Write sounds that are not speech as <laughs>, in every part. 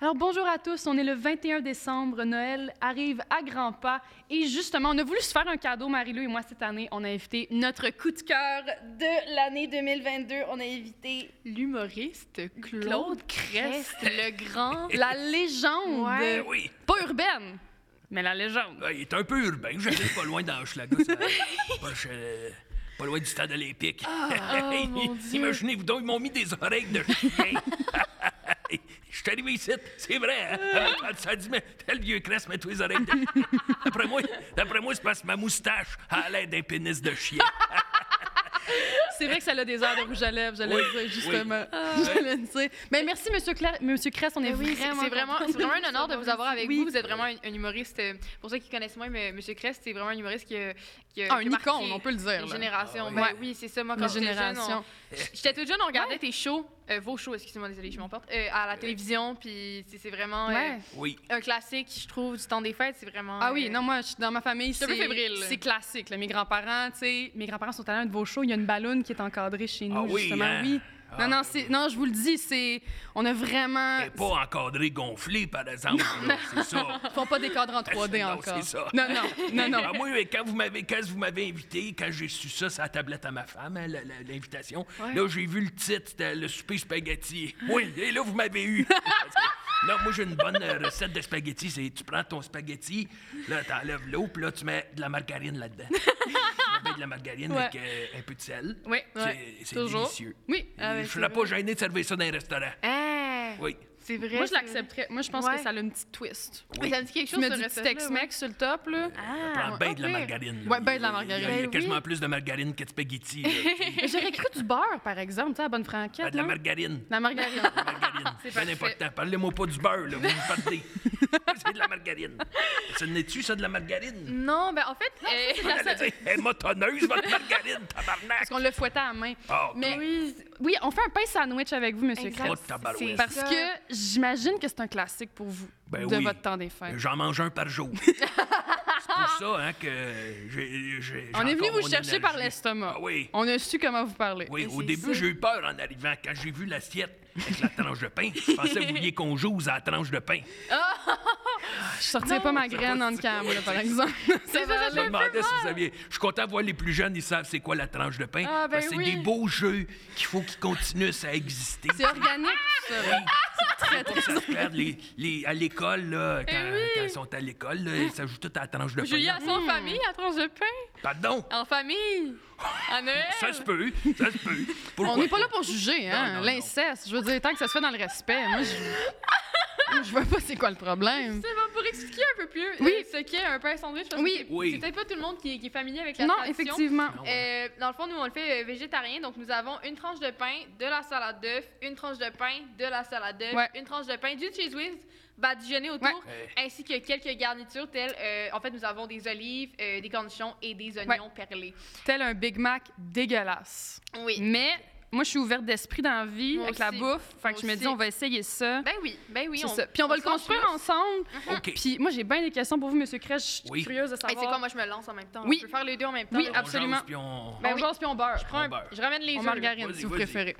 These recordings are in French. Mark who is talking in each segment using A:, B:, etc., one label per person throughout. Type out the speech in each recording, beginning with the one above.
A: Alors bonjour à tous, on est le 21 décembre, Noël arrive à grands pas et justement on a voulu se faire un cadeau, Marie-Lou et moi cette année, on a invité notre coup de cœur de l'année 2022, on a invité
B: L'humoriste Claude,
A: Claude
B: Crest, le grand.
A: <laughs> la légende,
B: Ouais.
C: Ben oui,
A: pas urbaine, mais la légende.
C: ben, il est un peu urbain. J'allais pas loin dans Hochelaga, ça. pas, chez- pas loin du stade olympique. <laughs>
B: oh, mon Dieu.
C: Imaginez-vous donc, ils m'ont mis des oreilles de chien. <laughs> Je suis arrivé ici, c'est vrai. Hein?
B: Euh.
C: Quand ça dit, mais tel vieux crasse, mets tous les oreilles de chien. D'après moi, d'après moi, c'est parce que ma moustache a l'air d'un pénis de chien.
B: C'est vrai que ça a des airs de rouge à lèvres, j'allais
C: Oui,
B: le dire, justement. <laughs>
A: Je voulais le dire. Mais merci Monsieur, Cla- Monsieur Crest, on est
D: Ben oui, c'est-
A: vraiment
D: c'est vraiment,
A: contents
D: c'est
B: <laughs>
D: vraiment un honneur de vous
A: recevoir
D: avoir avec
A: ici.
D: vous.
A: Oui.
D: Vous êtes vraiment un, un humoriste. euh, Pour ceux qui connaissent moins, mais M. Crest, c'est vraiment un humoriste qui a, qui a-
B: Ah,
D: qui a
B: une
D: marqué
B: icône, on peut le dire.
D: une
B: là.
D: génération.
C: Ah oui.
D: Ben
B: Ouais.
D: oui, c'est ça. Moi,
A: Nos
D: quand j'étais jeune,
A: générations.
D: on- j'étais toute jeune, on regardait tes shows, euh, vos shows, excusez-moi, désolé, je m'emporte, euh, à la télévision. Puis c'est c'est vraiment euh,
A: Ouais.
C: Oui.
D: un classique, je trouve, du temps des fêtes. C'est vraiment.
A: Ah oui,
D: euh,
A: non, moi, je suis dans ma famille,
D: suis un
A: c'est
D: peu fébrile.
A: c'est classique. là. Mes grands-parents, tu sais, mes grands-parents sont allés à un de vos shows. Il y a une ballonne qui est encadrée chez nous,
C: Ah oui,
A: justement.
C: hein?
A: Oui.
C: Ah.
A: non, non, c'est, non, je vous le dis, c'est, on a vraiment,
B: Euh,
C: Et pas encadré gonflé, par exemple. là, C'est ça.
A: ils font pas des cadres en 3D
C: <laughs> Non,
A: encore.
C: c'est ça.
A: Non, non, non, non.
C: Ah, moi, mais quand vous m'avez quand vous m'avez invité, quand j'ai su ça, c'est la tablette à ma femme, hein, la- la- l'invitation. Là, j'ai vu le titre, c'était le souper spaghetti. Oui, et là vous m'avez eu. <laughs> Parce que- Non, moi j'ai une bonne euh, recette de spaghetti, c'est tu prends ton spaghetti, là t'enlèves l'eau, puis là tu mets de la
A: <laughs>
C: margarine là-dedans. Tu mets de la margarine avec euh, un peu de sel.
A: Oui,
C: C'est-
A: ouais,
C: c'est
A: toujours.
C: délicieux.
A: Oui,
C: Et
A: ah, ben,
C: je
A: c'est
C: serais
A: vrai.
C: pas gêné de servir ça dans un restaurant.
D: Hein,
C: Oui.
D: C'est vrai.
A: Moi, je
D: c'est-
A: l'accepterais. Moi, je pense
D: Ouais.
A: que ça a une petite twist.
D: Mais
C: Oui.
D: Ça me dit quelque
A: Tu
D: chose
A: mets
D: ce
A: du petit
D: recette-là, ouais. Ah.
A: Tex-Mex sur le top, là.
C: Prends bien de la
D: ok.
C: margarine. là.
A: Ah, Ouais, ben de la
C: Il y a-
A: margarine.
C: Il y a
D: Ben
C: quasiment
D: oui.
C: plus de margarine que de
A: <laughs>
C: spaghetti. là.
A: Mais J'aurais cru du beurre, par exemple, tu sais, à bonne franquette.
C: Ah, de la
A: non?
C: margarine.
A: La margarine.
C: margarine. C'est bien
D: parfait.
C: important. Parlez-moi pas du beurre, là. Vous me partez. <laughs> c'est de la margarine. Ça n'est-tu, ça, de
A: <laughs>
C: la margarine?
D: Non, ben en fait, euh, la
C: Elle a dit, Elle m'a tonneuse, votre margarine, tabarnak!
A: Parce qu'on le fouettait à la main.
C: Ah,
A: Mais oui, on fait un pain sandwich avec vous, Monsieur
D: Exact.
A: Crest.
C: Oh, tabarouette.
D: C'est
A: Parce
D: ça.
A: que j'imagine que c'est un classique pour vous
C: Ben
A: de
C: oui.
A: votre temps des fêtes.
C: J'en mange un
A: <laughs>
C: par jour. c'est pour ça hein, que j'ai. j'ai- j'ai
A: On est venu
C: encore
A: vous
C: mon
A: chercher
C: énergie.
A: par l'estomac.
C: Ah oui.
A: On a su comment vous parler.
C: Oui, au
D: c'est
C: début,
D: ça.
C: j'ai eu peur en arrivant. Quand j'ai vu l'assiette avec la tranche de pain, je pensais que vous vouliez qu'on joue à la tranche de pain.
A: Je sortirais pas ma graine en cam, là, par exemple.
D: c'est ça,
C: Je me demandais si vous aviez. Je suis content de voir les plus jeunes, ils savent c'est quoi la tranche de pain.
A: Ah, ben
C: parce que c'est
A: oui.
C: des beaux jeux qu'il faut qu'ils continuent à exister.
A: C'est organique, tout <laughs> ça.
C: Faut pas que ça se perde. Les, les- à l'école,
A: Eh
C: là, quand, quand ils sont à l'école, là, ils s'ajoutent tout à la tranche de
D: Julia,
C: pain.
D: c'est
A: Hmm.
D: en famille, à tranche de pain.
C: Pardon? <laughs>
D: En famille. À Noël.
C: Ça se peut, ça se peut. Pourquoi
A: On n'est pas là pour juger,
C: Non,
A: hein?
C: non,
A: L'inceste, je veux dire, tant que ça se fait dans le respect, moi,
C: <laughs>
A: je. je vois pas c'est quoi le problème.
D: Ça va pour expliquer un peu plus
A: Oui.
D: euh, ce qu'est un pain sandwich. Parce
A: Oui.
D: que c'est-
C: Oui.
D: C'est peut-être pas tout le monde qui, est- qui est familier avec la
A: Non,
D: tradition.
A: effectivement.
C: Non, ouais.
D: Euh, dans le fond, nous, on le fait euh, végétarien. Donc, nous avons une tranche de pain, de la salade d'œuf, une tranche de pain, de la salade d'œuf,
A: Ouais.
D: une tranche de pain, du cheese whiz badigeonné autour, ainsi que quelques garnitures telles, euh, en fait, nous avons des olives, euh, des cornichons et des oignons perlés.
A: Tel un Big Mac dégueulasse.
D: Oui.
A: Mais moi, je suis ouverte d'esprit dans la vie
D: Moi
A: avec la
D: aussi.
A: bouffe. Fait que
D: Moi
A: je me dis,
D: aussi.
A: on va essayer ça.
D: Ben oui, ben oui.
A: C'est ça. Puis on va le
D: se lance
A: construire
D: là.
A: ensemble.
C: OK.
A: Puis moi, j'ai bien des questions pour vous, Monsieur Crèche. Je suis
C: Oui.
A: curieuse de
D: Hey,
A: savoir.
D: c'est quoi, moi, je me lance en même temps.
A: Oui.
D: On peut faire les deux en même temps.
A: Oui,
D: là.
C: On
A: absolument.
C: jase, puis on-
D: Ben
A: on
D: oui.
A: jase puis on beurre.
D: Je prends un-
C: beurre.
D: Je ramène les
A: On
D: œufs.
A: margarine,
C: Vas-y,
A: si vous
C: vas-y.
A: préférez.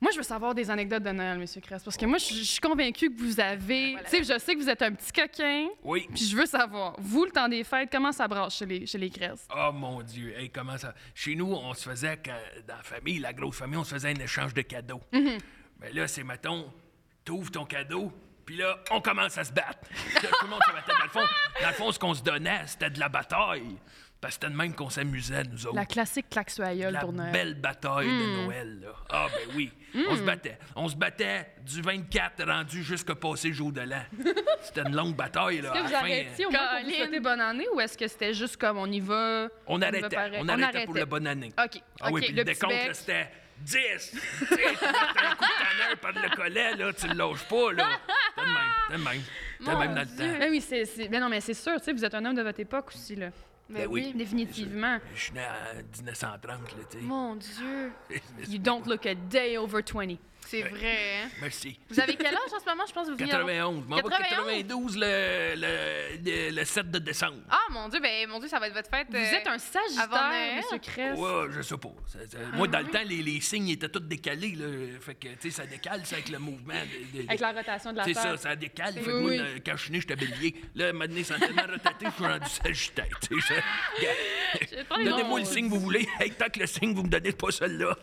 A: Moi, je veux savoir des anecdotes de Noël, Monsieur Crèche, parce
C: Oh.
A: que moi, je je suis convaincue que vous avez.
D: Ben, Voilà.
A: Tu sais, je sais que vous êtes un petit coquin.
C: Oui.
A: Puis je veux savoir, vous, le temps des fêtes, comment ça brasse chez les, chez les Crèches?
C: Oh mon Dieu, hey, comment ça. Chez nous, on se faisait, quand- dans la famille, la grosse famille, on se faisait un échange de cadeaux.
A: Mhm.
C: Mais là, c'est mettons, t'ouvres ton cadeau, puis là, on commence à se battre. Là, Tout le monde se battait. Dans le fond, dans le fond, ce qu'on se donnait, c'était de la bataille. Parce que c'était de même qu'on s'amusait, nous autres.
A: La Mhm. classique claque sur la gueule
C: Oh. La
A: pour Noël.
C: belle bataille de Noël. là. Ah, ben oui. On se
A: Mhm.
C: battait. On se battait du 24 rendu jusqu'au passé jour de l'an. C'était une longue bataille. Là,
A: Est-ce
C: à
A: que vous
C: la fin,
A: arrêtiez au moins pour vous
D: Colin.
A: souhaiter bonne année ou est-ce que c'était juste comme on y va?
C: On
A: y va
C: arrêtait.
A: pareil?
C: On arrêtait pour la bonne année.
A: OK.
C: Ah oui,
A: OK,
C: puis
A: le
C: le,
A: petit
C: décompte,
A: bec.
C: là, c'était 10. Tu sais, tu mettais un coup de tanneur par le collet, là, tu le lâches pas, là. T'es de même, t'es de même. T'es de même dans le temps.
A: Ben oui, c'est. c'est- Ben non, mais c'est sûr, tu sais, vous êtes un homme de votre époque aussi, là.
D: Mais
C: Ben oui.
D: oui.
A: Définitivement.
C: Je <laughs> suis né en 1930, là, tu sais.
D: Mon Dieu.
A: You don't look a day over 20.
D: C'est
C: Ouais.
D: vrai. hein?
C: Merci.
D: Vous avez quel âge en ce moment? Je pense que vous venez. d'avoir-
C: 91. M'en va
D: 91.
C: 92 le, le, le, le 7 de décembre.
D: Ah mon dieu, ben mon dieu, ça va être votre fête.
A: Vous êtes un
D: avant
A: sagittaire,
D: Noël?
A: monsieur Crest.
C: Ouais, je sais pas. Ça- ça- moi, dans le
A: Ah
C: temps, les, les signes étaient tous décalés. Là. Fait que, tu sais, ça décale, c'est avec le mouvement. de- de-
A: Avec la rotation de la
C: C'est
A: Terre.
C: ça, ça décale. Fait que
D: Oui,
C: moi,
D: oui.
C: le- quand je suis né, j'étais bélier. Là, maintenant, ça a tellement rotaté, je suis rendu sagittaire. tu sais, ça- Donnez-moi le signe que vous voulez. Hey, tant que le signe, vous me donnez pas
D: <laughs>
C: celle-là.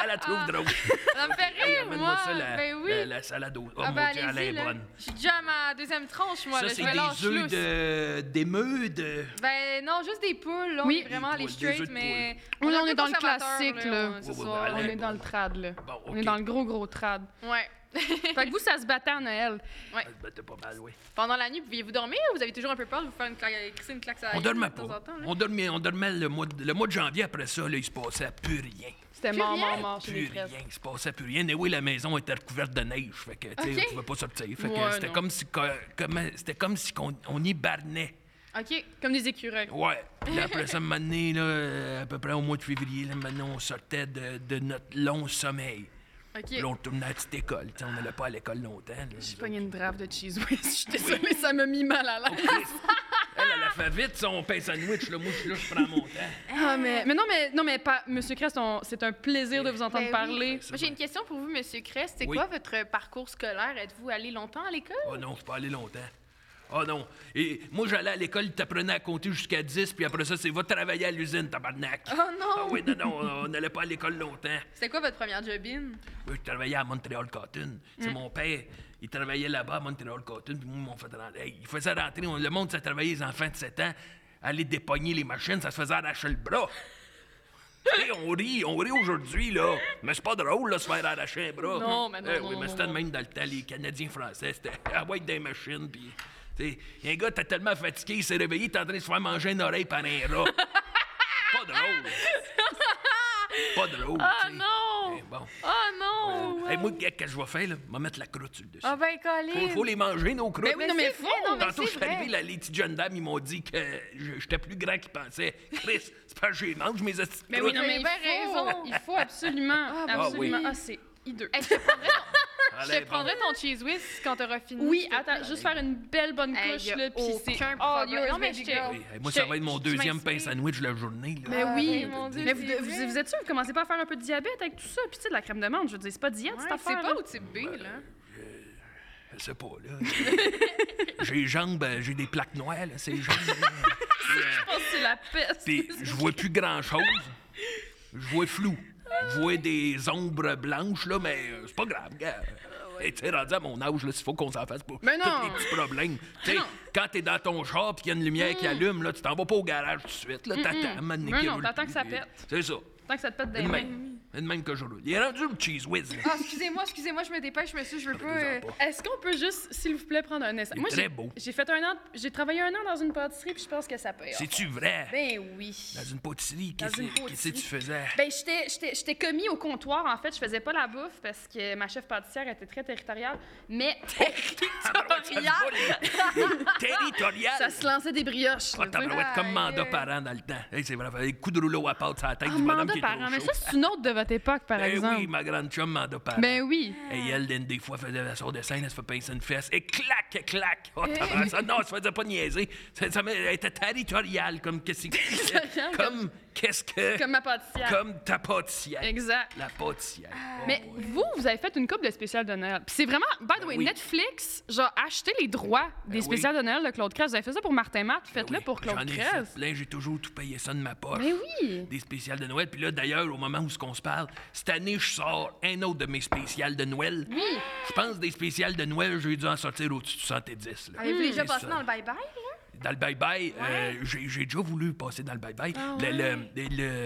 C: Elle la trouve drôle.
D: Ça me fait rire,
C: Ah, Amène-moi
D: moi.
C: ça, la,
D: ben oui.
C: la, la salade aux- Oh
D: ah ben
C: mon Dieu, elle
D: allez-y
C: est
D: là.
C: bonne.
D: Je suis déjà à ma deuxième tranche, moi.
C: ça,
D: là,
C: c'est
D: je me lâche
C: des œufs
D: lousse.
C: de, d'émeux de...
D: Ben non, juste des poules, là.
A: Oui.
D: Oui. vraiment
C: Des
D: les
C: poules, des œufs
D: straight,
C: de
D: mais.
A: Oui, on
D: un
A: est
D: peu
A: dans le
D: conservateur,
A: classique, là.
D: on-
A: C'est
C: Ouais, ouais,
A: ça,
C: ben,
A: on
C: allez,
A: est dans le trad, là.
C: Bon, OK.
A: On est dans le gros, gros
D: <laughs>
A: trad.
D: Ouais.
A: <laughs> Fait que vous, ça se battait à Noël.
C: Ah, ben, t'es pas mal, oui.
D: Pendant la nuit, pouviez-vous dormir ou vous avez toujours un peu peur de vous faire une claque, crisser une claque sur la
C: On
D: gueule
C: dormait
D: de
C: pas.
D: temps en temps, là?
C: on, dormait, on dormait le mois, de, le mois de janvier après ça, là, il se passait plus rien.
A: C'était mort,
D: rien?
A: mort, mort chez
C: Plus
A: les Crest.
C: rien, il se passait plus rien. Et oui, la maison était recouverte de neige, fait que tu sais,
D: Ok.
C: on pouvait pas sortir. Fait que
D: Ouais,
C: c'était
D: non.
C: comme si co- comme- c'était comme si qu'on- on y barnait.
D: Ok.
A: Comme des écureuils.
C: Ouais. Puis après ça, un moment donné, là, euh, à peu près au mois de février, là, maintenant, on sortait de, de notre long sommeil. Puis
D: Ok.
C: là, on retournait à la petite école. Tu sais, on n'allait pas à l'école longtemps. là, nous
A: J'ai pogné une drave de cheese whiz. <laughs> Je suis désolée, ça m'a mis mal à l'aise.
C: Elle, elle a fait vite son pain sandwich. Là, moi, je suis là, je prends mon temps.
A: Ah, mais, mais non, mais, non, mais pas, Monsieur Crest, on- c'est un plaisir de vous entendre
D: Ben
A: parler.
D: oui. Moi, j'ai une question pour vous, Monsieur Crest. C'est
C: Oui.
D: quoi votre parcours scolaire? Êtes-vous allé longtemps à l'école?
C: Oh non, je suis pas allé longtemps. Oh non. Et moi, j'allais à l'école, ils t'apprenaient à compter jusqu'à 10, puis après ça, c'est va travailler à l'usine, tabarnak.
D: Oh non!
C: Ah oui, non, non, on- on n'allait pas à l'école longtemps.
D: C'était quoi votre première jobine?
C: Moi, je travaillais à Montréal Cotton.
D: Hmm.
C: C'est mon père, il travaillait là-bas à Montréal Cotton, puis moi, ils m'ont fait rentrer. Hey, il faisait rentrer, on- le monde, ça travaillait les enfants de 7 ans, aller dépogner les machines, ça se faisait arracher le bras. Tu sais, on rit, on rit aujourd'hui, là. Mais c'est pas drôle, là, se faire arracher un bras.
A: Non, mais non,
C: Eh
A: non,
C: oui,
A: non,
C: mais
A: non,
C: c'était
A: non.
C: de même dans le temps, les Canadiens français, c'était <laughs> à ouais des machines, puis. Tu sais, un gars, t'es tellement fatigué, il s'est réveillé, t'es en train de se faire manger une oreille par un rat. <laughs> pas drôle. pas drôle.
D: Ah
C: tu sais.
D: non!
C: Eh, bon.
A: Ah,
D: Oh non!
C: Hey, moi, qu'est-ce que je vais faire, là? Je vais mettre la croûte sur le dessus.
D: Ah ben,
C: faut,
D: Colin!
C: faut les manger, nos croûtes.
A: Ben oui, non, mais
D: c'est
A: faut!
D: vrai, non, mais
C: Tantôt, je
D: c'est
C: suis
D: vrai.
C: arrivé, là, les petites jeunes dames, ils m'ont dit que je- j'étais plus grand qu'ils pensaient. Chris, c'est pas que je les mange, mes astuces.
A: Mais Ben oui,
D: Vous
A: non, mais
D: avez
A: il
D: bien
A: faut,
D: raison.
A: il faut absolument,
D: Ah,
C: oui.
A: absolument.
D: Ah, oui.
A: Ah, c'est hideux.
D: Hey, je te prendrais ton, je te prendrais ton cheese whiz quand t'auras fini.
A: Oui, attends, juste faire une belle bonne
D: Hey,
A: couche,
D: y a
A: là, puis c'est
D: aucun
A: all
D: problème.
A: yours,
D: Non, mais
A: baby
D: je te-
A: girl.
C: moi, ça
D: Je-
C: va être mon
D: je- tu
C: deuxième
D: m'inspires.
C: pain sandwich la journée. Là.
A: Mais oui,
D: ben, mon Dieu,
A: mais vous,
D: c'est
A: vous-
D: vrai.
A: vous êtes sûr, vous commencez pas à faire un peu de diabète avec tout ça, puis tu sais, de la crème de menthe, je veux dire, c'est pas diète,
D: Ouais,
A: cette
D: c'est
A: affaire.
D: pas au type B,
C: <laughs>
D: là.
C: Je sais pas,
A: <laughs>
C: là. j'ai les jambes, euh, j'ai des plaques noires, là,
A: <laughs>
C: ces jambes. là. Puis, euh,
A: Je pense que <laughs> c'est la peste.
C: Puis je vois plus grand-chose. Je vois flou. Je vois des ombres blanches, là, mais euh, c'est pas grave, gars. Et tu sais, rendu à mon âge, là, s'il faut qu'on s'en fasse pas.
A: Ah, Mais non! Ah,
C: Tous les petits problèmes. Tu sais, quand t'es dans ton char puis qu'il y a une lumière qui allume, là, tu t'en vas pas au garage tout de suite, là, t'attends. man,
A: Mais
C: qu'il
A: Mm. non,
C: roule
A: t'attends
C: plus,
A: que ça
C: puis-
A: pète. Eh
C: C'est ça.
A: Tant que ça te pète des
C: Une
A: mains.
C: même. Une même que je roule. Il est rendu le cheese whiz. là.
D: Ah, excusez-moi, excusez-moi, je me dépêche, monsieur, je veux pas. euh,
C: Parlez-en pas.
A: Est-ce qu'on peut juste, s'il vous plaît, prendre un essai?
C: Il est
A: Moi,
C: très
A: j'ai-
C: beau.
A: j'ai fait un an, j'ai travaillé un an dans une pâtisserie, puis je pense que ça paye. off.
C: C'est-tu vrai?
A: Ben oui.
C: Dans une pâtisserie,
A: Dans
C: qu'est-ce
A: une
C: que qu'est-ce que tu faisais?
A: Ben, j'étais- j'étais j'étais commis au comptoir, en fait. Je faisais pas la bouffe parce que ma chef pâtissière était très territoriale. Mais
C: <laughs> Tabarouette, ça se vole, là. Territorial.
A: ça se lançait des brioches.
C: Ah,
A: là, tu sais.
C: tabarouette, comme
D: Aïe,
C: mandat
D: aïe.
C: parent dans le temps. Hey, c'est vrai, fallait coup de rouleau à pâte sur la tête
A: Ah,
C: du bonhomme
A: mandat
C: qui est
A: parent.
C: trop
A: Mais
C: chaud.
A: ça, c'est une autre de votre époque, par
C: Ben
A: exemple.
C: oui, ma grande chum mandat parent.
A: Ben oui.
C: Et elle, d'une des fois, faisait la sorte de scène, elle se fait pincer une fesse, et clac, clac!
A: Eh.
C: Oh, tabarnak, ça, non, elle se faisait pas niaiser. Ça, ça m'a- elle était territoriale, comme
A: <laughs>
C: qu'est-ce que...
A: Territoriale,
C: comme qu'est-ce que...
A: Comme ma pâtissière.
C: Comme ta pâtissière.
A: Exact. Ah.
C: La pâtissière. Oh,
A: Mais
C: ouais.
A: vous, vous avez fait une coupe de spéciales de Noël. Puis c'est vraiment, by the way,
C: Ben oui. Ben
A: Netflix, genre, achetez les droits des
C: oui. Ben
A: spéciales de Noël de Claude Crest. Vous avez fait ça pour Martin Matt, faites-le
C: Oui,
A: pour Claude
C: J'en ai
A: Crest.
C: fait plein, j'ai toujours tout payé ça de ma poche.
A: Ben oui.
C: Des spéciales de Noël. Puis là, d'ailleurs, au moment où ce qu'on se parle, cette année, je sors un autre de mes spéciales de Noël. Oui. Je pense des spéciales de Noël, j'ai dû en sortir au-dessus de 70.
A: Ah,
C: là.
D: Avez-vous déjà
C: C'est
D: passé
C: ça.
D: dans le bye-bye, là?
C: Dans le bye-bye, euh, j'ai j'ai déjà voulu passer dans le bye-bye.
A: Ah
C: Le- le,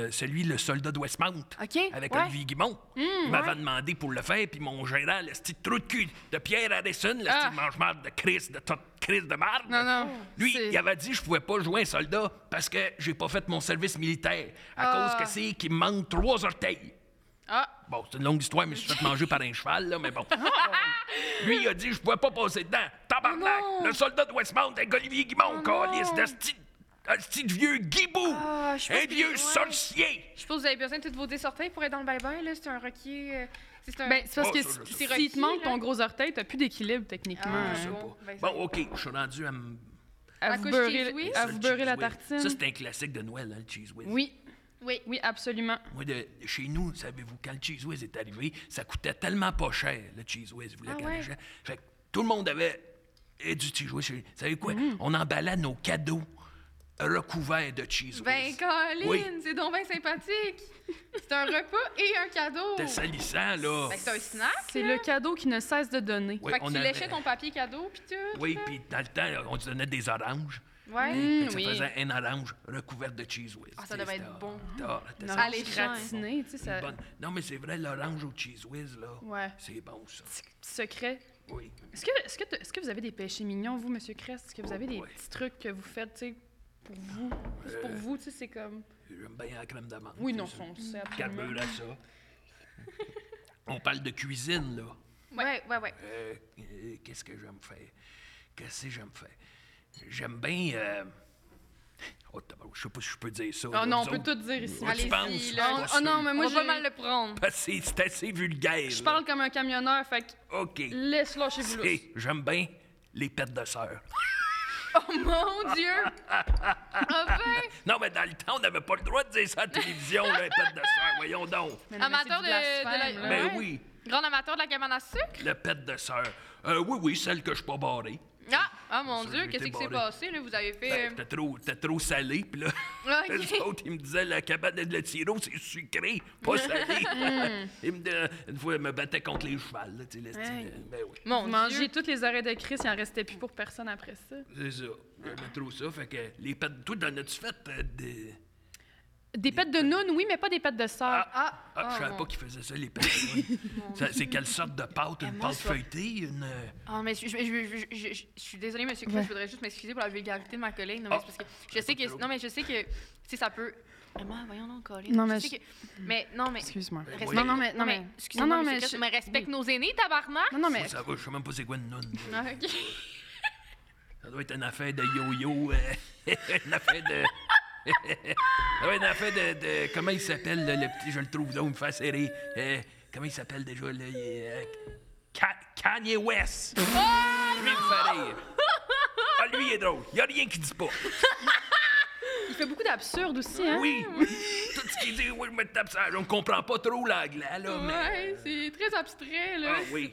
C: le- celui, le soldat de Westmount,
D: OK,
C: avec
D: ouais.
C: Olivier Guimont.
A: Hmm,
C: il m'avait demandé pour le faire, puis mon gérant, le petit trou de cul de Pierre Harrison, le
A: Ah.
C: petit mange-marde de Chris, de toute Chris de marde.
A: Non, non,
C: Lui,
A: c'est-
C: il avait dit je pouvais pas jouer un soldat parce que j'ai pas fait mon service militaire à cause que c'est qu'il me manque trois orteils.
A: Ah,
C: Bon, c'est une longue histoire, mais je me suis fait manger par un cheval, là, mais
D: <laughs>
C: bon. Lui, il a dit je pouvais pas passer dedans. Tabarnak!
D: Oh non! Oh
C: le soldat de Westmount avec Olivier Guimont, calice de sti- Un petit vieux guibou!
D: Ah, je
C: un
D: pense que-
C: vieux
D: ouais.
C: sorcier!
D: Je suppose que vous avez besoin de toutes vos 10 orteils pour être dans le bain-bain, là. C'est un requis. euh, c'est un.
B: Ben, c'est parce
C: Oh,
B: que
C: ça, je
B: si-
D: sais.
B: s'il te manque
D: Requis, là.
B: ton gros orteil, t'as plus d'équilibre
D: Ah,
B: techniquement.
C: je sais
D: bon,
C: pas.
D: ben, ça-
C: Bon, OK, je suis rendu à me...
B: À
D: À
B: vous
D: couche cheese
B: beurrer,
D: whiz?
B: à
C: le
B: vous beurrer
C: cheese
B: la
C: whiz. Ça,
B: tartine.
C: c'est un classique de Noël, hein, le cheese whiz.
B: Oui,
D: Oui. Ah,
B: oui, absolument.
C: Moi, de, chez nous, savez-vous, quand le cheese whiz est arrivé, ça coûtait tellement pas cher, le cheese whiz, vous voulez
D: Ah
C: quand
D: ouais?
C: les gens- Fait que tout le monde avait euh, du cheese whiz. chez- Vous savez quoi?
D: Mm.
C: On emballait nos cadeaux recouverts de cheese whiz.
D: Ben, Colin,
C: Oui.
D: c'est donc bien sympathique. c'est un repas et un cadeau.
C: C'était
D: Fait
C: salissant, là.
D: que c'est un snack.
B: C'est le cadeau qui ne cesse de donner.
C: Oui,
D: fait que
C: on
D: tu
C: avait-
D: léchais ton papier cadeau, puis tout.
C: Oui, puis dans le temps, là, on se donnait des oranges. Hein?
D: Ouais. Mm,
C: Fait que ça
B: oui.
C: faisait un orange recouvert de cheese whiz.
D: Ah, ça devait être
C: C'était-
D: bon.
C: Ah, c'était
B: Une
C: ça.
B: orange
D: alléchant, hein.
B: gratinée, tu sais, ça.
C: Une bonne- Non, mais c'est vrai, l'orange au cheese whiz, là.
B: Ouais.
C: C'est bon, ça.
B: Petit petit secret.
C: Oui.
B: Est-ce que, est-ce, que t- est-ce que vous avez des péchés mignons, vous, Monsieur Crest? Est-ce que vous avez des
C: Oh, Ouais.
B: petits trucs que vous faites, tu sais, pour vous? Juste Pour
C: Euh.
B: vous, tu sais, c'est comme...
C: J'aime bien la crème d'amande.
B: Oui,
C: c'est
B: non,
C: ça.
B: ça, on le sait absolument.
C: Carbure à ça. On parle de cuisine, là.
D: Ouais, ouais, ouais.
C: Euh, euh, Qu'est-ce que j'aime faire? Qu'est-ce que j'aime faire? J'aime bien. euh, Oh, tabarou, je sais pas si je peux dire ça.
B: Oh
C: là,
B: non, on
C: vous
B: peut
C: autres.
B: tout dire ici.
C: Ouais,
B: Allez.
C: tu penses?
D: Allez-y,
C: Je suis
D: là.
B: Oh,
C: pas
B: oh non,
C: sûr.
B: mais
D: Moi,
B: moi,
D: je vais
B: j'ai-
D: mal le prendre.
C: Parce que C'est c'est assez vulgaire.
B: Je
C: là.
B: parle comme un camionneur, fait que
C: OK.
B: laisse-la chez vous, là. <laughs>
C: Et J'aime bien les pètes de sœur.
D: Oh
C: <laughs>
D: mon Dieu! Enfin!
C: Non, mais dans le temps, on n'avait pas le droit de dire ça à la télévision, là, les pètes de sœur. Voyons
B: <laughs>
C: donc.
B: Mais non, mais c'est
D: Amateur
B: du
D: de, de
B: blasphème, là.
D: la.
C: Ben
D: ouais.
C: oui,
D: Grand amateur de la cabane à sucre?
C: le pète de sœur. Euh, oui, oui, celle que je suis pas barrée.
D: Ah! Ah mon
C: Ça,
D: Dieu,
C: j'ai
D: qu'est-ce
C: été
D: qui s'est
C: barré.
D: passé, là? Vous avez fait.
C: Ben,
D: euh,
C: C'était trop, c'était trop salé, puis là,
D: Ah,
C: <laughs>
D: ok.
C: les autres, ils me disaient la cabane de le sirop, c'est sucré,
D: Hmm.
C: pas salé. Ils me disaient- une fois, ils me battaient contre les chevals, là, tu sais, l'esti,
B: Hey.
C: là. ben oui.
B: Vous
D: Mon Dieu!
B: mangez toutes les oreilles de Chris, il en restait plus pour personne après ça.
C: C'est ça, j'aimais trop ça, fait que les pâtes, tout dans notre fête, euh, des...
B: Des pâtes de noun, oui, mais pas des pâtes de sœur.
D: Ah!
C: Ah, je
D: oh,
C: savais
D: mon-
C: pas qu'ils faisaient ça, les pâtes.
D: <laughs>
C: oui. Ça, c'est quelle sorte de pâte? Une
D: Eh, moi,
C: pâte
D: je vois-
C: feuilletée? Une... euh,
D: Ah, mais je, je- je- je- je- je- je suis désolée, monsieur Chris,
B: Ouais.
D: je voudrais juste m'excuser pour la vulgarité de ma collègue. Non, mais c'est parce que je sais que. Non, mais je sais que. Tu sais, ça peut. Vraiment, voyons donc, Colin.
B: Non, mais
D: je sais
B: je-
D: que- Mais non, mais.
B: Excuse-moi.
C: Ben,
D: respecte-
C: oui. Non, non,
B: mais- non, mais-
D: Excuse-moi,
B: non, non,
D: monsieur
B: mais
D: Chris,
B: je-
D: mais respecte
B: oui.
D: nos aînés, tabarnak!
B: Non, non, mais...
C: Moi, ça va, je sais même pas c'est quoi une nonne.
D: Ah, ok.
C: Ça doit être une affaire de yo-yo, euh, <laughs> une affaire de... ça doit être une affaire de, de- Comment il s'appelle, là, le petit, je le trouve là, il me fait serrer. Euh, comment il s'appelle déjà, là? il est, euh, Ka- Kanye West! lui, il me fait rire. Ah, lui, il est drôle. Il y a rien qui dit pas.
B: Il fait beaucoup d'absurdes aussi, hein?
C: Oui! Tout ce qu'il dit, oui, je me tape ça. Je ne comprends pas trop l'anglais, là, mais...
D: Ouais, c'est très abstrait, là.
C: Ah oui,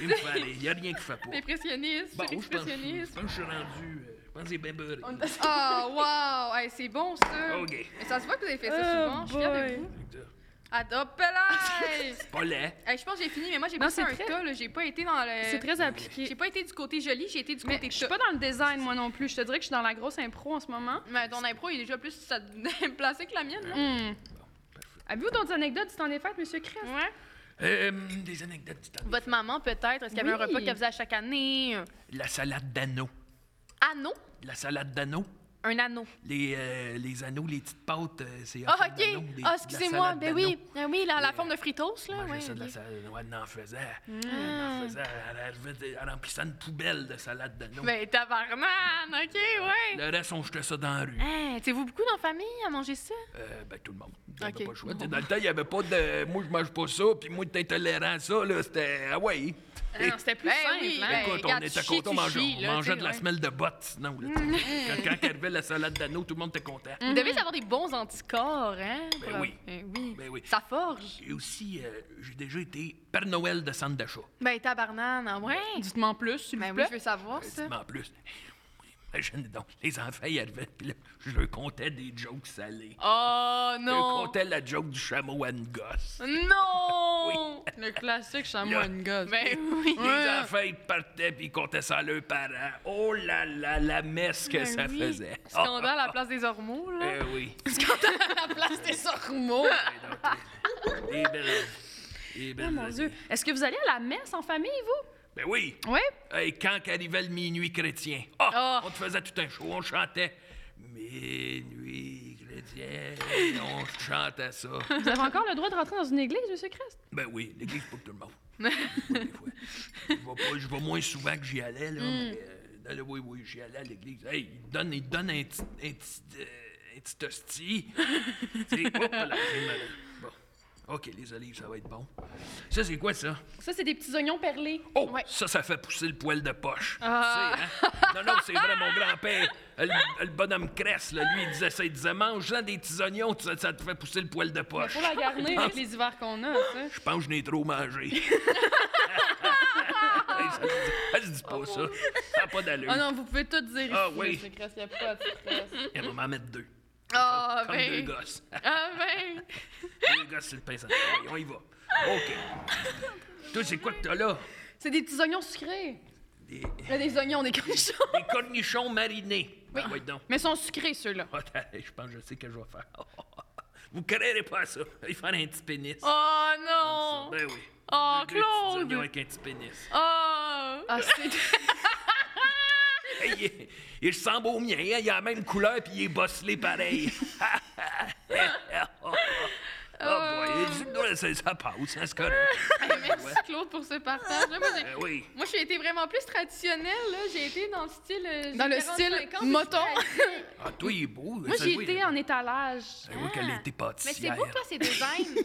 C: il me fait rire. Il y a rien qui fait pas.
D: Impressionniste,
C: Bon, je pense, je
D: expressionniste.
C: pense que je suis rendu... euh, je pense que j'ai bien beurré.
D: Ah, wow! Hey, c'est bon, ça!
C: OK.
D: Mais ça se voit que vous avez fait ça
B: Oh
D: souvent. Je suis fière de
B: boy.
D: vous.
B: <laughs>
D: Adopte là!
C: Pas laid.
D: Hey, je pense que j'ai fini, mais moi, j'ai
B: Non,
D: pas fait
B: c'est
D: un
B: très-
D: cas, là. J'ai pas été dans le...
B: C'est très
D: Euh, J'ai
B: appliqué.
D: pas été du côté joli, j'ai été du
B: Mais
D: côté
B: je suis
D: chat.
B: pas dans le design, moi non plus. Je te dirais que je suis dans la grosse impro en ce moment.
D: Mais ton impro, il est déjà plus ça- <laughs> placé que la mienne, là.
B: Hmm. Avez-vous d'autres anecdotes du temps des fêtes, Monsieur Crest?
D: Ouais.
C: Euh, des anecdotes du temps.
D: Votre maman, peut-être. Est-ce qu'il y avait un
B: Oui.
D: repas qu'elle faisait à chaque année?
C: La salade d'anneaux.
D: Anneau?
C: La salade d'anneaux.
D: Un anneau.
C: Les, euh, les anneaux, les petites pâtes, euh, c'est... en
D: Ah,
C: forme
D: OK!
C: d'anneau, des- de
D: Ah,
C: la
D: excusez-moi.
C: salade
D: Ben
C: d'anneaux.
D: oui, ben oui, la, la
C: Euh,
D: forme de fritos, là.
C: Mangeait
D: ouais,
C: ça de la
D: ok. Hmm.
C: salade, ouais, elle en faisait. Elle en faisait. Elle arrivait- Elle remplissait une poubelle de salade d'anneaux.
D: Ben, tabarnan! OK, ouais!
C: Le reste, on jetait ça dans la rue.
D: Hey, t'sais, vous Hein, beaucoup dans la famille à manger ça?
C: Euh, ben, tout le monde. Il y avait
D: Ok.
C: pas le choix. Tu sais, Dans le temps, il n'y avait pas de. Moi, je mange pas ça, puis moi, t'es intolérant à ça, là. C'était. Ah, ouais.
B: Ah non, c'était plus
D: Ben
B: simple,
D: oui,
B: hein?
D: ben-
C: Écoute,
D: regarde,
C: on était
D: tu
C: contents, on
D: chies, tu
C: mangeait,
D: chies,
C: on
D: là, tu
C: mangeait
D: sais,
C: de la
D: ouais. Hmm.
C: semelle de bottes, sinon. là, tu sais. quand, quand arrivait la salade d'anneaux, tout le monde était content.
D: Vous devez avoir des bons anticorps, hein?
C: Ben
D: pour-
C: oui.
D: Ben oui.
C: Ben oui.
D: Ça forge.
C: Et aussi, euh, j'ai déjà été Père Noël de centre d'achat.
D: Ben, tabarnan, en vrai.
B: Dites-moi plus, s'il vous
D: Ben oui,
B: plaît.
D: je veux savoir ça.
C: Mais en plus, imagine donc, les enfants, ils arrivaient, puis là, je leur contais des jokes salés.
D: Oh
C: Je leur
D: non!
C: contais la joke du chameau à une gosse.
D: Non!
B: Le classique
C: Là.
B: chamois une gosse.
D: Ben oui!
C: Les enfants, ils partaient, puis ils comptaient ça à leurs parents. Oh là là, la messe que
D: Ben
C: ça
D: oui.
C: faisait.
D: Scandale à la place des hormones, <laughs>
C: Ah,
D: là.
C: eh oui.
B: la place des ormeaux.
C: Eh donc, eh, Des belles... Des belles
B: Oh mon Dieu. Est-ce que vous allez à la messe en famille, vous?
C: Ben oui.
B: Oui.
C: Et quand qu'arrivait le minuit chrétien, ah,
D: Ah.
C: on te faisait tout un show, on chantait. Minuit chrétien, on chantait ça.
B: Vous avez encore le droit de rentrer dans une église, Monsieur Crest?
C: Ben oui, <laughs> l'église pour tout le monde. Oui, des fois. Je vais, pas- je vais moins souvent que j'y allais, là, mais euh, là, là, oui, oui, j'y allais à l'église. Hey, il donne, il donne un petit. un petit. euh, un petit hostie. Tu sais, hop là, j'ai mal. Bon. OK, les olives, ça va être bon. Ça, c'est quoi ça?
A: Ça, c'est des petits oignons perlés.
C: Oh, ça, ça fait pousser le poil de poche. Tu sais, hein? Non, non, c'est vrai, mon grand-père, euh, le, le bonhomme Cress, là, lui, il disait ça, il disait, mange-en des petits oignons, ça, ça te fait pousser le poil de poche.
A: Pour la garnir avec les hivers qu'on a, ça.
C: Je pense que je n'ai trop
D: <laughs>
C: mangé. Hey, ça, se dit, ça se dit pas,
D: Ah
C: ça. Ça n'a pas d'allure.
A: Ah non, vous pouvez tout dire
C: Ah
A: ici,
C: oui.
A: monsieur Crest, y a pas de stress.
C: Elle va m'en mettre deux.
D: Ah,
C: comme deux
D: ben.
C: gosses.
D: Ah, ben.
C: <laughs> deux gosses, c'est le pinceau. Allez, On y va. OK. Toi, c'est quoi que t'as là?
A: C'est des petits oignons sucrés.
C: Des,
A: Là, des oignons, des cornichons.
C: des cornichons marinés. Oui. donc.
B: Mais ils sont sucrés, ceux-là.
C: Ah, t'as- Je pense que je sais que je vais faire. <laughs> Vous créerez pas ça. Il faire un petit pénis.
D: Oh, non.
C: Ben oui.
D: Oh,
C: Deux petits
D: Claude.
C: oignons avec un petit pénis.
D: Oh.
A: Ah, c'est...
C: Hey, il, il ressemble au mien. hein, Il a la même couleur puis il est
A: <laughs>
C: bosselé pareil. <laughs> oh,
A: Euh.
C: boy. il- Ça, ça passe, hein, c'est correct.
D: Merci, Claude, pour ce partage. Là, moi, j'ai-
C: Ben oui.
D: Moi, j'ai été vraiment plus traditionnelle. là. J'ai été dans le style. euh, j'ai
A: Dans le
D: 45
A: style
D: ans, mais je suis
A: moton.
D: traditionnelle.
C: Ah, toi, il est beau.
A: Moi, j'ai été en Ah. étalage.
C: C'est moi Eh qu'elle a été
D: Mais c'est
C: pâtissière.
D: beau, toi, ces
A: <laughs>
D: designs. Moi,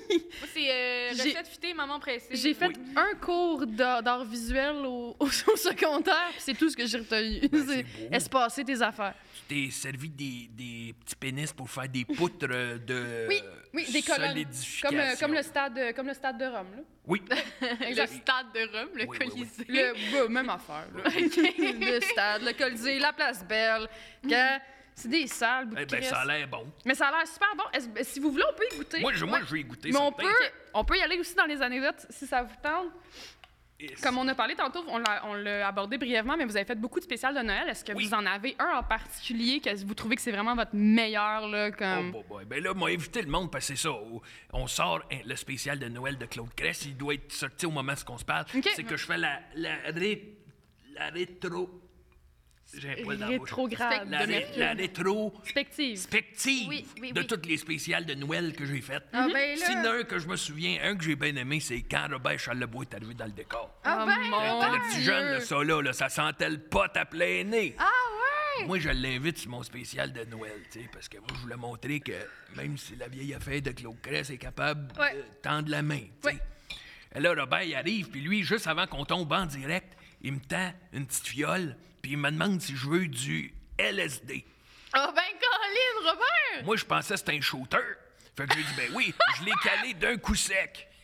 D: c'est euh,
A: J'ai-
D: recette futée, maman pressée.
A: J'ai fait un cours d'a- d'art visuel au, <laughs> au secondaire, puis c'est tout ce que j'ai retenu.
C: Ben, c'est
A: c'est
C: beau.
A: espacer tes affaires.
C: Tu t'es servi des, des petits pénis pour faire des poutres euh, de
A: Oui, oui, des colonnes.
C: Euh, solidification.
A: Comme, euh, comme, le stade, euh, comme le stade de Rome, <laughs> là.
C: Oui,
D: le stade de Rome, le
C: Oui, oui, oui.
D: Colisée.
A: Le, bah, même affaire. là. <laughs> le stade, le Colisée, la place Belle. que- C'est des salles, beaucoup
C: Eh
A: de
C: ben, ça a
A: restes. <laughs>
C: l'air bon.
A: Mais ça a l'air super bon. Est-ce- ben, si vous voulez, on peut y goûter.
C: Moi, je, moi, je vais y goûter.
A: Mais on
C: certain.
A: peut, on peut y aller aussi dans les anecdotes si ça vous tente.
C: Et-
A: Comme on a parlé tantôt, on l'a- on l'a abordé brièvement, mais vous avez fait beaucoup de spéciales de Noël. Est-ce que
C: Oui.
A: vous en avez un en particulier que vous trouvez que c'est vraiment votre meilleur, là,
C: Oh,
D: Euh,
A: comme...
C: boy, boy. Ben là, m'a invité le monde parce que c'est ça. au- On sort hein, le spécial de Noël de Claude Cress. Il doit être sorti au moment où on se parle.
A: Ok.
C: C'est que je fais la, la, ré- la rétro. J'ai un poil dans la bouche.
A: Rétrograde
C: La,
A: de
C: ré- la rétro.
A: perspective.
C: perspective
D: Oui, oui,
C: de
D: oui.
C: toutes les spéciales de Noël que j'ai faites.
D: Ah, ben là.
C: Sinon, un que je me souviens, un que j'ai bien aimé, c'est quand Robert Charlebois est arrivé dans le décor.
D: Ah, ben,
A: Oh, mon
C: Quand le petit jeune, là,
A: Dieu.
C: ça là, là, ça sentait le pot à plein nez.
D: Ah, ouais.
C: Moi, je l'invite sur mon spécial de Noël, tu sais, parce que moi, je voulais montrer que même si la vieille affaire de Claude Cress est capable
D: Ouais.
C: de tendre la main, tu sais. Et Là, Robert, il arrive, puis lui, juste avant qu'on tombe en direct, il me tend une petite fiole, puis il me demande si je veux du LSD.
D: Ah, ben, Colin, Robert.
C: Moi, je pensais que c'était un shooter. Fait que j'ai dit, ben oui, je l'ai calé d'un coup sec. <laughs>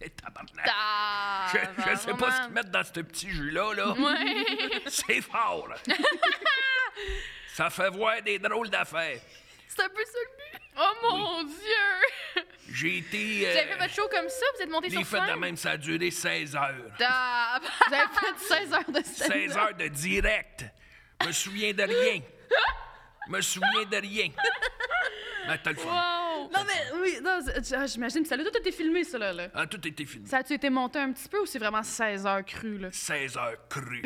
C: Eh, tabarnak.
D: Ah,
C: Je, <laughs> je sais pas ce qu'ils mettent dans ce petit jus-là, là. <laughs> C'est fort.
D: <laughs>
C: Ça fait voir des drôles d'affaires.
D: C'est un peu ça le but. Oh, mon Dieu.
C: J'ai été... euh,
D: Vous avez fait votre show comme ça, vous êtes monté
C: les
D: sur
C: fêtes de
D: scène.
C: même, ça a duré 16
D: <laughs>
C: heures.
D: Ah,
A: Vous avez fait 16 heures de
C: 16 heures de direct. Je me souviens de
D: <laughs>
C: rien. Je me souviens de rien. Mais t'as le fun.
D: wow.
A: Non, mais oui, non, c'est- ah, j'imagine. Ça a tout été filmé, ça, là. là.
C: Ah, tout a été filmé.
A: Ça a-tu été monté un petit peu ou c'est vraiment 16 heures crues, là?
C: 16 heures
D: <laughs>
C: crues.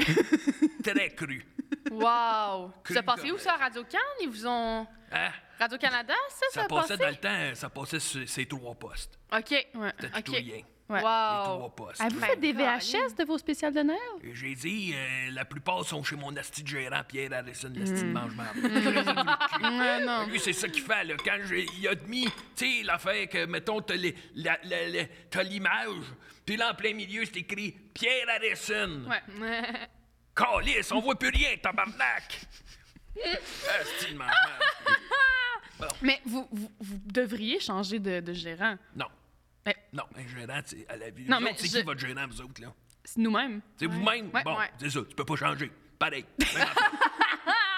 C: Très crues.
D: Wow.
C: Cru
D: Ça a passé où,
C: comme-
D: ça, à Radio-Can? Ils vous ont...
C: Hein?
D: Radio-Canada, ça, ça,
C: Ça
D: a
C: passait
D: passé?
C: dans le temps, ça passait sur ces trois postes.
D: OK.
A: Ouais.
C: C'était tout
D: Ok.
C: ou rien.
A: Ouais.
C: Les
D: Wow.
C: trois postes.
A: Avez-vous
D: Ben,
A: fait des
D: Colin.
A: VHS de vos spéciales de Noël?
C: Et J'ai dit, euh, la plupart sont chez mon asti de gérant, Pierre Harrison, l'asti de mangement.
A: <laughs>
C: Lui,
A: Mm. non.
C: c'est ça qu'il fait, là. Quand j'ai- il a mis, tu sais, l'affaire que, mettons, t'as les- la- la- la- t'as l'image, puis là, en plein milieu, c'est écrit Pierre Harrison.
D: Ouais.
C: Calice, on voit plus rien, tabarnak! Ah, asti de mangement.
A: <laughs> Mais vous, vous, vous devriez changer de, de gérant.
C: Non.
A: Mais-
C: Non, un gérant, c'est à la vie.
A: Non,
C: Vous
A: mais
C: autres, c'est
A: je-
C: qui votre gérant, vous autres, là?
A: C'est nous-mêmes.
C: C'est vous-même.
A: Ouais,
C: bon,
A: ouais.
C: c'est ça. Tu peux pas changer.
A: <laughs>
C: Pareil. Même affaire.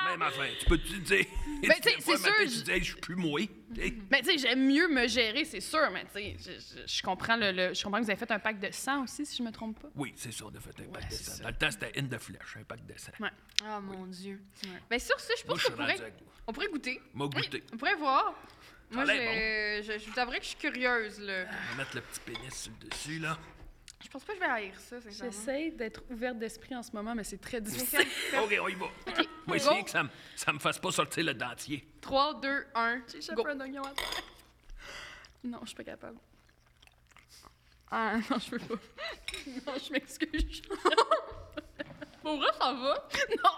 C: Même affaire. Tu peux tu dire. <laughs>
A: Ben, tu sais,
C: Tu peux pas
A: c'est
C: un matin,
A: sûr, Mm-hmm.
C: Tu
A: je-
C: dis, Hey, je suis plus moué. Tu sais,
A: Mais Ben, tu sais, j'aime mieux me gérer, c'est sûr, mais tu sais, je, je- je comprends le, le- je comprends que vous avez fait un pack de sang aussi, si je me trompe pas.
C: Oui, c'est ça, on a fait un pack de
A: c'est
C: sang.
A: ça.
C: Dans le temps, c'était in the flesh, un pack de sang.
A: Ouais.
D: Ah, mon Dieu. Ben, sur ça, je
C: Moi,
D: pense
C: je suis
D: qu'on
C: rendu
D: pourrait,
C: à goût.
D: on pourrait goûter.
C: M'a
D: Oui,
C: goûté.
D: on pourrait voir. Moi,
C: a
D: je, je, je vous avouerai que je suis curieuse, là.
C: On va mettre le petit pénis sur le dessus, là.
D: Je pense pas que je vais haïr ça, sincèrement.
A: J'essaie d'être ouverte d'esprit en ce moment, mais c'est très difficile.
C: <laughs>
D: Comme-
C: OK, on y va. On va
D: Go.
C: essayer que ça me, ça me fasse pas sortir le dentier.
D: 3, 2, 1, go.
A: un oignon à terre. Non, je suis pas capable. Ah, non, je peux pas. Non, je m'excuse.
D: Pour vrai, ça va.
A: Non.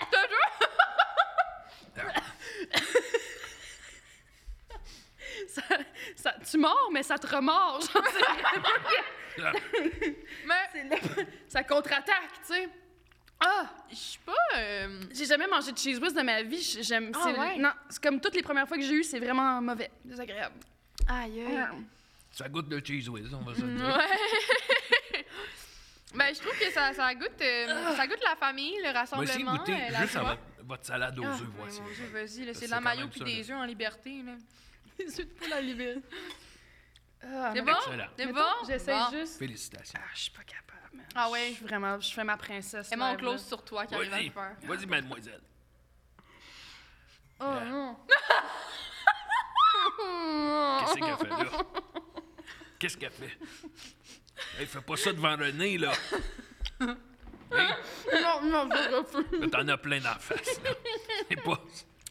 D: Je te jure.
A: <laughs> Ça- ça- tu mords, mais ça te remord. genre,
C: Ah,
D: Mais
A: c'est le- ça contre-attaque, tu sais. Ah!
D: je suis pas. euh,
A: J'ai jamais mangé de cheese whiz de ma vie. j- J'aime.
D: Ah
A: c'est-
D: ouais?
A: Non, c'est comme toutes les premières fois que j'ai eu, c'est vraiment mauvais, désagréable.
D: Aïe,
C: Ça goûte le cheese whiz, on va se le dire.
D: Ouais. <laughs> ben, je trouve que ça, ça goûte,
C: Ah.
D: euh, ça goûte la famille, le
C: On va essayer de
D: rassemblement,
C: goûter
D: euh, la
C: juste à
D: joie.
C: votre, votre salade aux
D: Ah,
C: œufs,
D: mais
A: ben,
C: voici.
D: mon Dieu, Vas-y, là,
C: Ça,
D: c'est de
C: c'est
D: la
C: quand
D: mayo
C: même
D: puis
C: ça,
D: des œufs en liberté. là.
A: Les yeux de poule à l'huile. Ah,
D: C'est
A: mais-
D: bon?
C: Excellent.
D: C'est bon?
A: Mettons, J'essaie
D: Bon.
A: juste.
C: Félicitations.
A: Ah, je suis pas capable. man.
D: Ah ouais?
A: Je suis vraiment. Je fais ma princesse.
D: Emma, on
A: live, là.
D: close sur toi qui arrive à le
C: Vas-y,
D: faire.
C: vas-y, mademoiselle.
A: Oh
C: Ah.
A: non.
C: <laughs> Qu'est-ce qu'elle fait là? Qu'est-ce qu'elle fait? Elle fait pas ça devant René, là.
A: non, non, je veux plus.
C: Là, T'en as plein d'en face, là. C'est pas...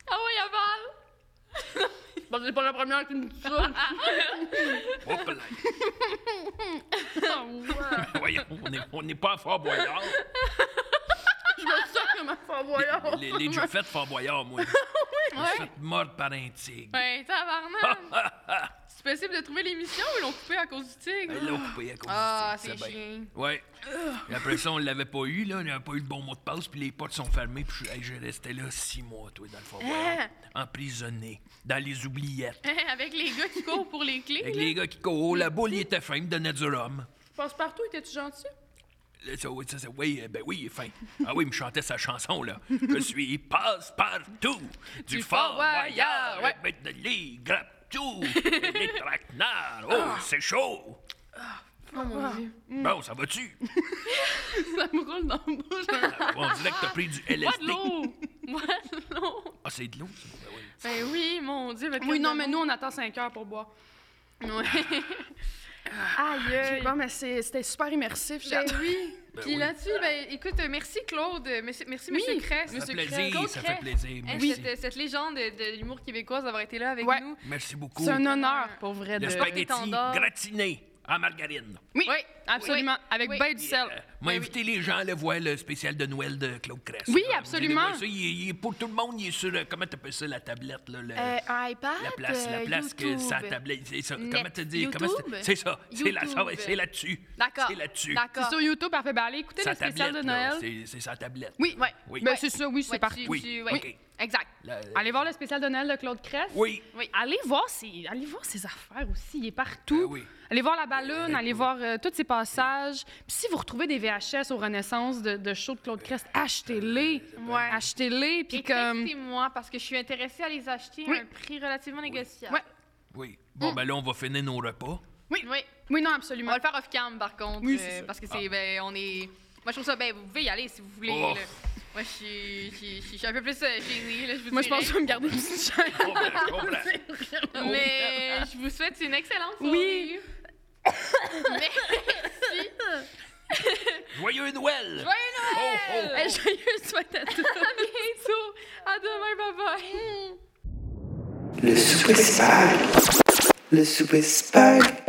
D: Ah ouais, il <laughs> avale!
A: Bon, c'est pas la première qui me dit ça.
C: Hop là.
D: Oh,
C: Voyons, on est- on n'est pas à Fort Boyard.
A: Je me sens comme un fort
D: <laughs>
A: voyant.
C: Les, les déjà fait Fort Boyard, moi. Je me suis fait mordre par un tigre.
D: Ouais, Ben, tabarnak!
C: <laughs>
D: c'est possible de trouver l'émission ou ils l'ont coupée à cause du tigre?
C: Elle l'a coupé à cause
D: Ah,
C: du tigre,
D: c'est
C: bien.
D: chiant.
C: Ouais. Et après ça, on l'avait pas eu, là. On n'avait pas eu le bon mot de passe, puis les portes sont fermées, puis je, hey, je restais là six mois, toi, dans le Fort Boyard.
D: Ah!
C: Emprisonné, dans les oubliettes.
D: <laughs> Avec les gars qui courent pour les clés.
C: Avec
D: là.
C: les gars qui courent, la boule, il était fin, il me donnait du rhum.
A: Passe-partout, étais-tu gentil?
C: Là, ça, oui, ça, ça, oui, euh, ben oui, il est fin. Ah oui, il me chantait sa chanson, là. Je suis passe-partout du Fort Boyard,
D: ouais.
C: avec de l'île,
A: <laughs>
C: grappe tout, et des traquenards. Oh, c'est chaud.
A: Oh Ah. mon dieu.
C: Bon, ça va-tu?
A: <laughs>
C: Ah,
A: Ça me roule dans le bouche.
C: On dirait que t'as pris du
D: Moi de
C: LSD.
D: l'eau! Moi de l'eau!
C: Ah, c'est de l'eau, ça? Ben oui.
D: Ben oui, mon Dieu! votre
A: Oui,
D: coupe
A: non,
D: de
A: mais
D: monde.
A: nous, on attend 5 heures pour boire. <laughs>
D: Ouais.
A: Aïe, aïe. Bon, Ah, mais c'est- c'était super immersif. j'ai-
D: Ben oui.
C: Ben
D: Puis
C: oui.
D: là-dessus, ben, écoute, euh, merci Claude, euh, merci, merci
A: Oui,
D: Monsieur Cress.
C: Ça fait
D: Monsieur
C: plaisir,
D: Claude
C: ça
D: Crest.
C: fait plaisir.
D: Hein,
C: Merci.
D: Cette, cette légende de, de l'humour québécois d'avoir été là avec
A: Ouais.
D: nous.
C: Merci beaucoup.
A: C'est un honneur, pour vrai.
C: Le
A: de-
C: spaghetti
D: Étendard.
C: gratiné en margarine.
A: Oui,
D: Oui,
A: absolument.
D: oui,
A: Avec
D: oui.
A: ben du
C: Puis,
A: sel.
C: euh, M'a invité les gens à aller voir le spécial de Noël de Claude Cress.
A: Oui,
C: Là,
A: absolument.
C: venez voir ça, il, est- il est pour tout le monde, il est sur, euh, comment t'appelles ça, la tablette, là? le-
A: Euh,
D: Euh,
A: un iPad,
C: Euh, La place,
A: Euh,
C: la place que ça tablette, c'est ça. Comment tu dis? comment
D: YouTube?
C: c'est- C'est ça, c'est la- ça, ouais,
D: YouTube.
C: c'est là-dessus.
D: D'accord.
C: C'est
A: C'est
C: là-dessus.
D: D'accord.
A: sur YouTube, parfait. Ben, allez écouter
C: Sa
A: le spécial
C: tablette,
A: de
C: là,
A: Noël.
C: c'est- c'est sa tablette.
A: Oui,
D: Ouais.
C: Oui.
A: Ben, c'est ça, oui, c'est
D: Ouais,
A: parti.
D: tu-
C: Oui,
D: tu-
C: ok.
D: ouais. Exact.
C: La-
A: Allez voir le spécial de Noël de Claude Cress.
C: Oui.
D: Oui.
A: Allez voir, ses, allez voir ses affaires aussi, il est partout.
C: Ben oui.
A: Allez voir la ballonne,
C: Ben,
A: allez
C: oui.
A: voir euh, tous ses passages. Puis si vous retrouvez des VHS aux Renaissance de, de shows de Claude Crest, achetez-les.
D: Ouais.
A: Achetez-les, puis
D: Et
A: comme...
D: textez-moi parce que je suis intéressée à les acheter
A: Oui.
D: à un prix relativement négociable.
A: Ouais.
C: Oui.
A: Mm.
C: Bon, ben là, on va finir
A: <laughs>
C: nos repas.
D: Oui.
A: Oui, non,
D: On
A: absolument.
D: va le faire off-cam par contre.
A: Oui, c'est
D: euh,
A: ça.
D: parce que c'est. Ben, on est. Moi, je trouve ça. Ben, vous pouvez y aller si vous voulez.
C: Ah. Oh.
D: là. Moi, je suis- je suis- je suis un peu plus euh, gênée. Là, je vous
A: Moi, je pense que
D: dirais.
A: je vais me garder une petite chaise.
C: Bon, ben, bon, ben.
D: Mais je vous souhaite une excellente
A: Oui.
D: soirée. Merci.
C: Joyeux Noël!
D: Joyeux Noël!
C: Oh, oh, oh.
A: Hey, Joyeux souhaite à tous.
D: Euh, <laughs> À bientôt. À demain. Bye bye.
E: Le souper spag. Le souper spag.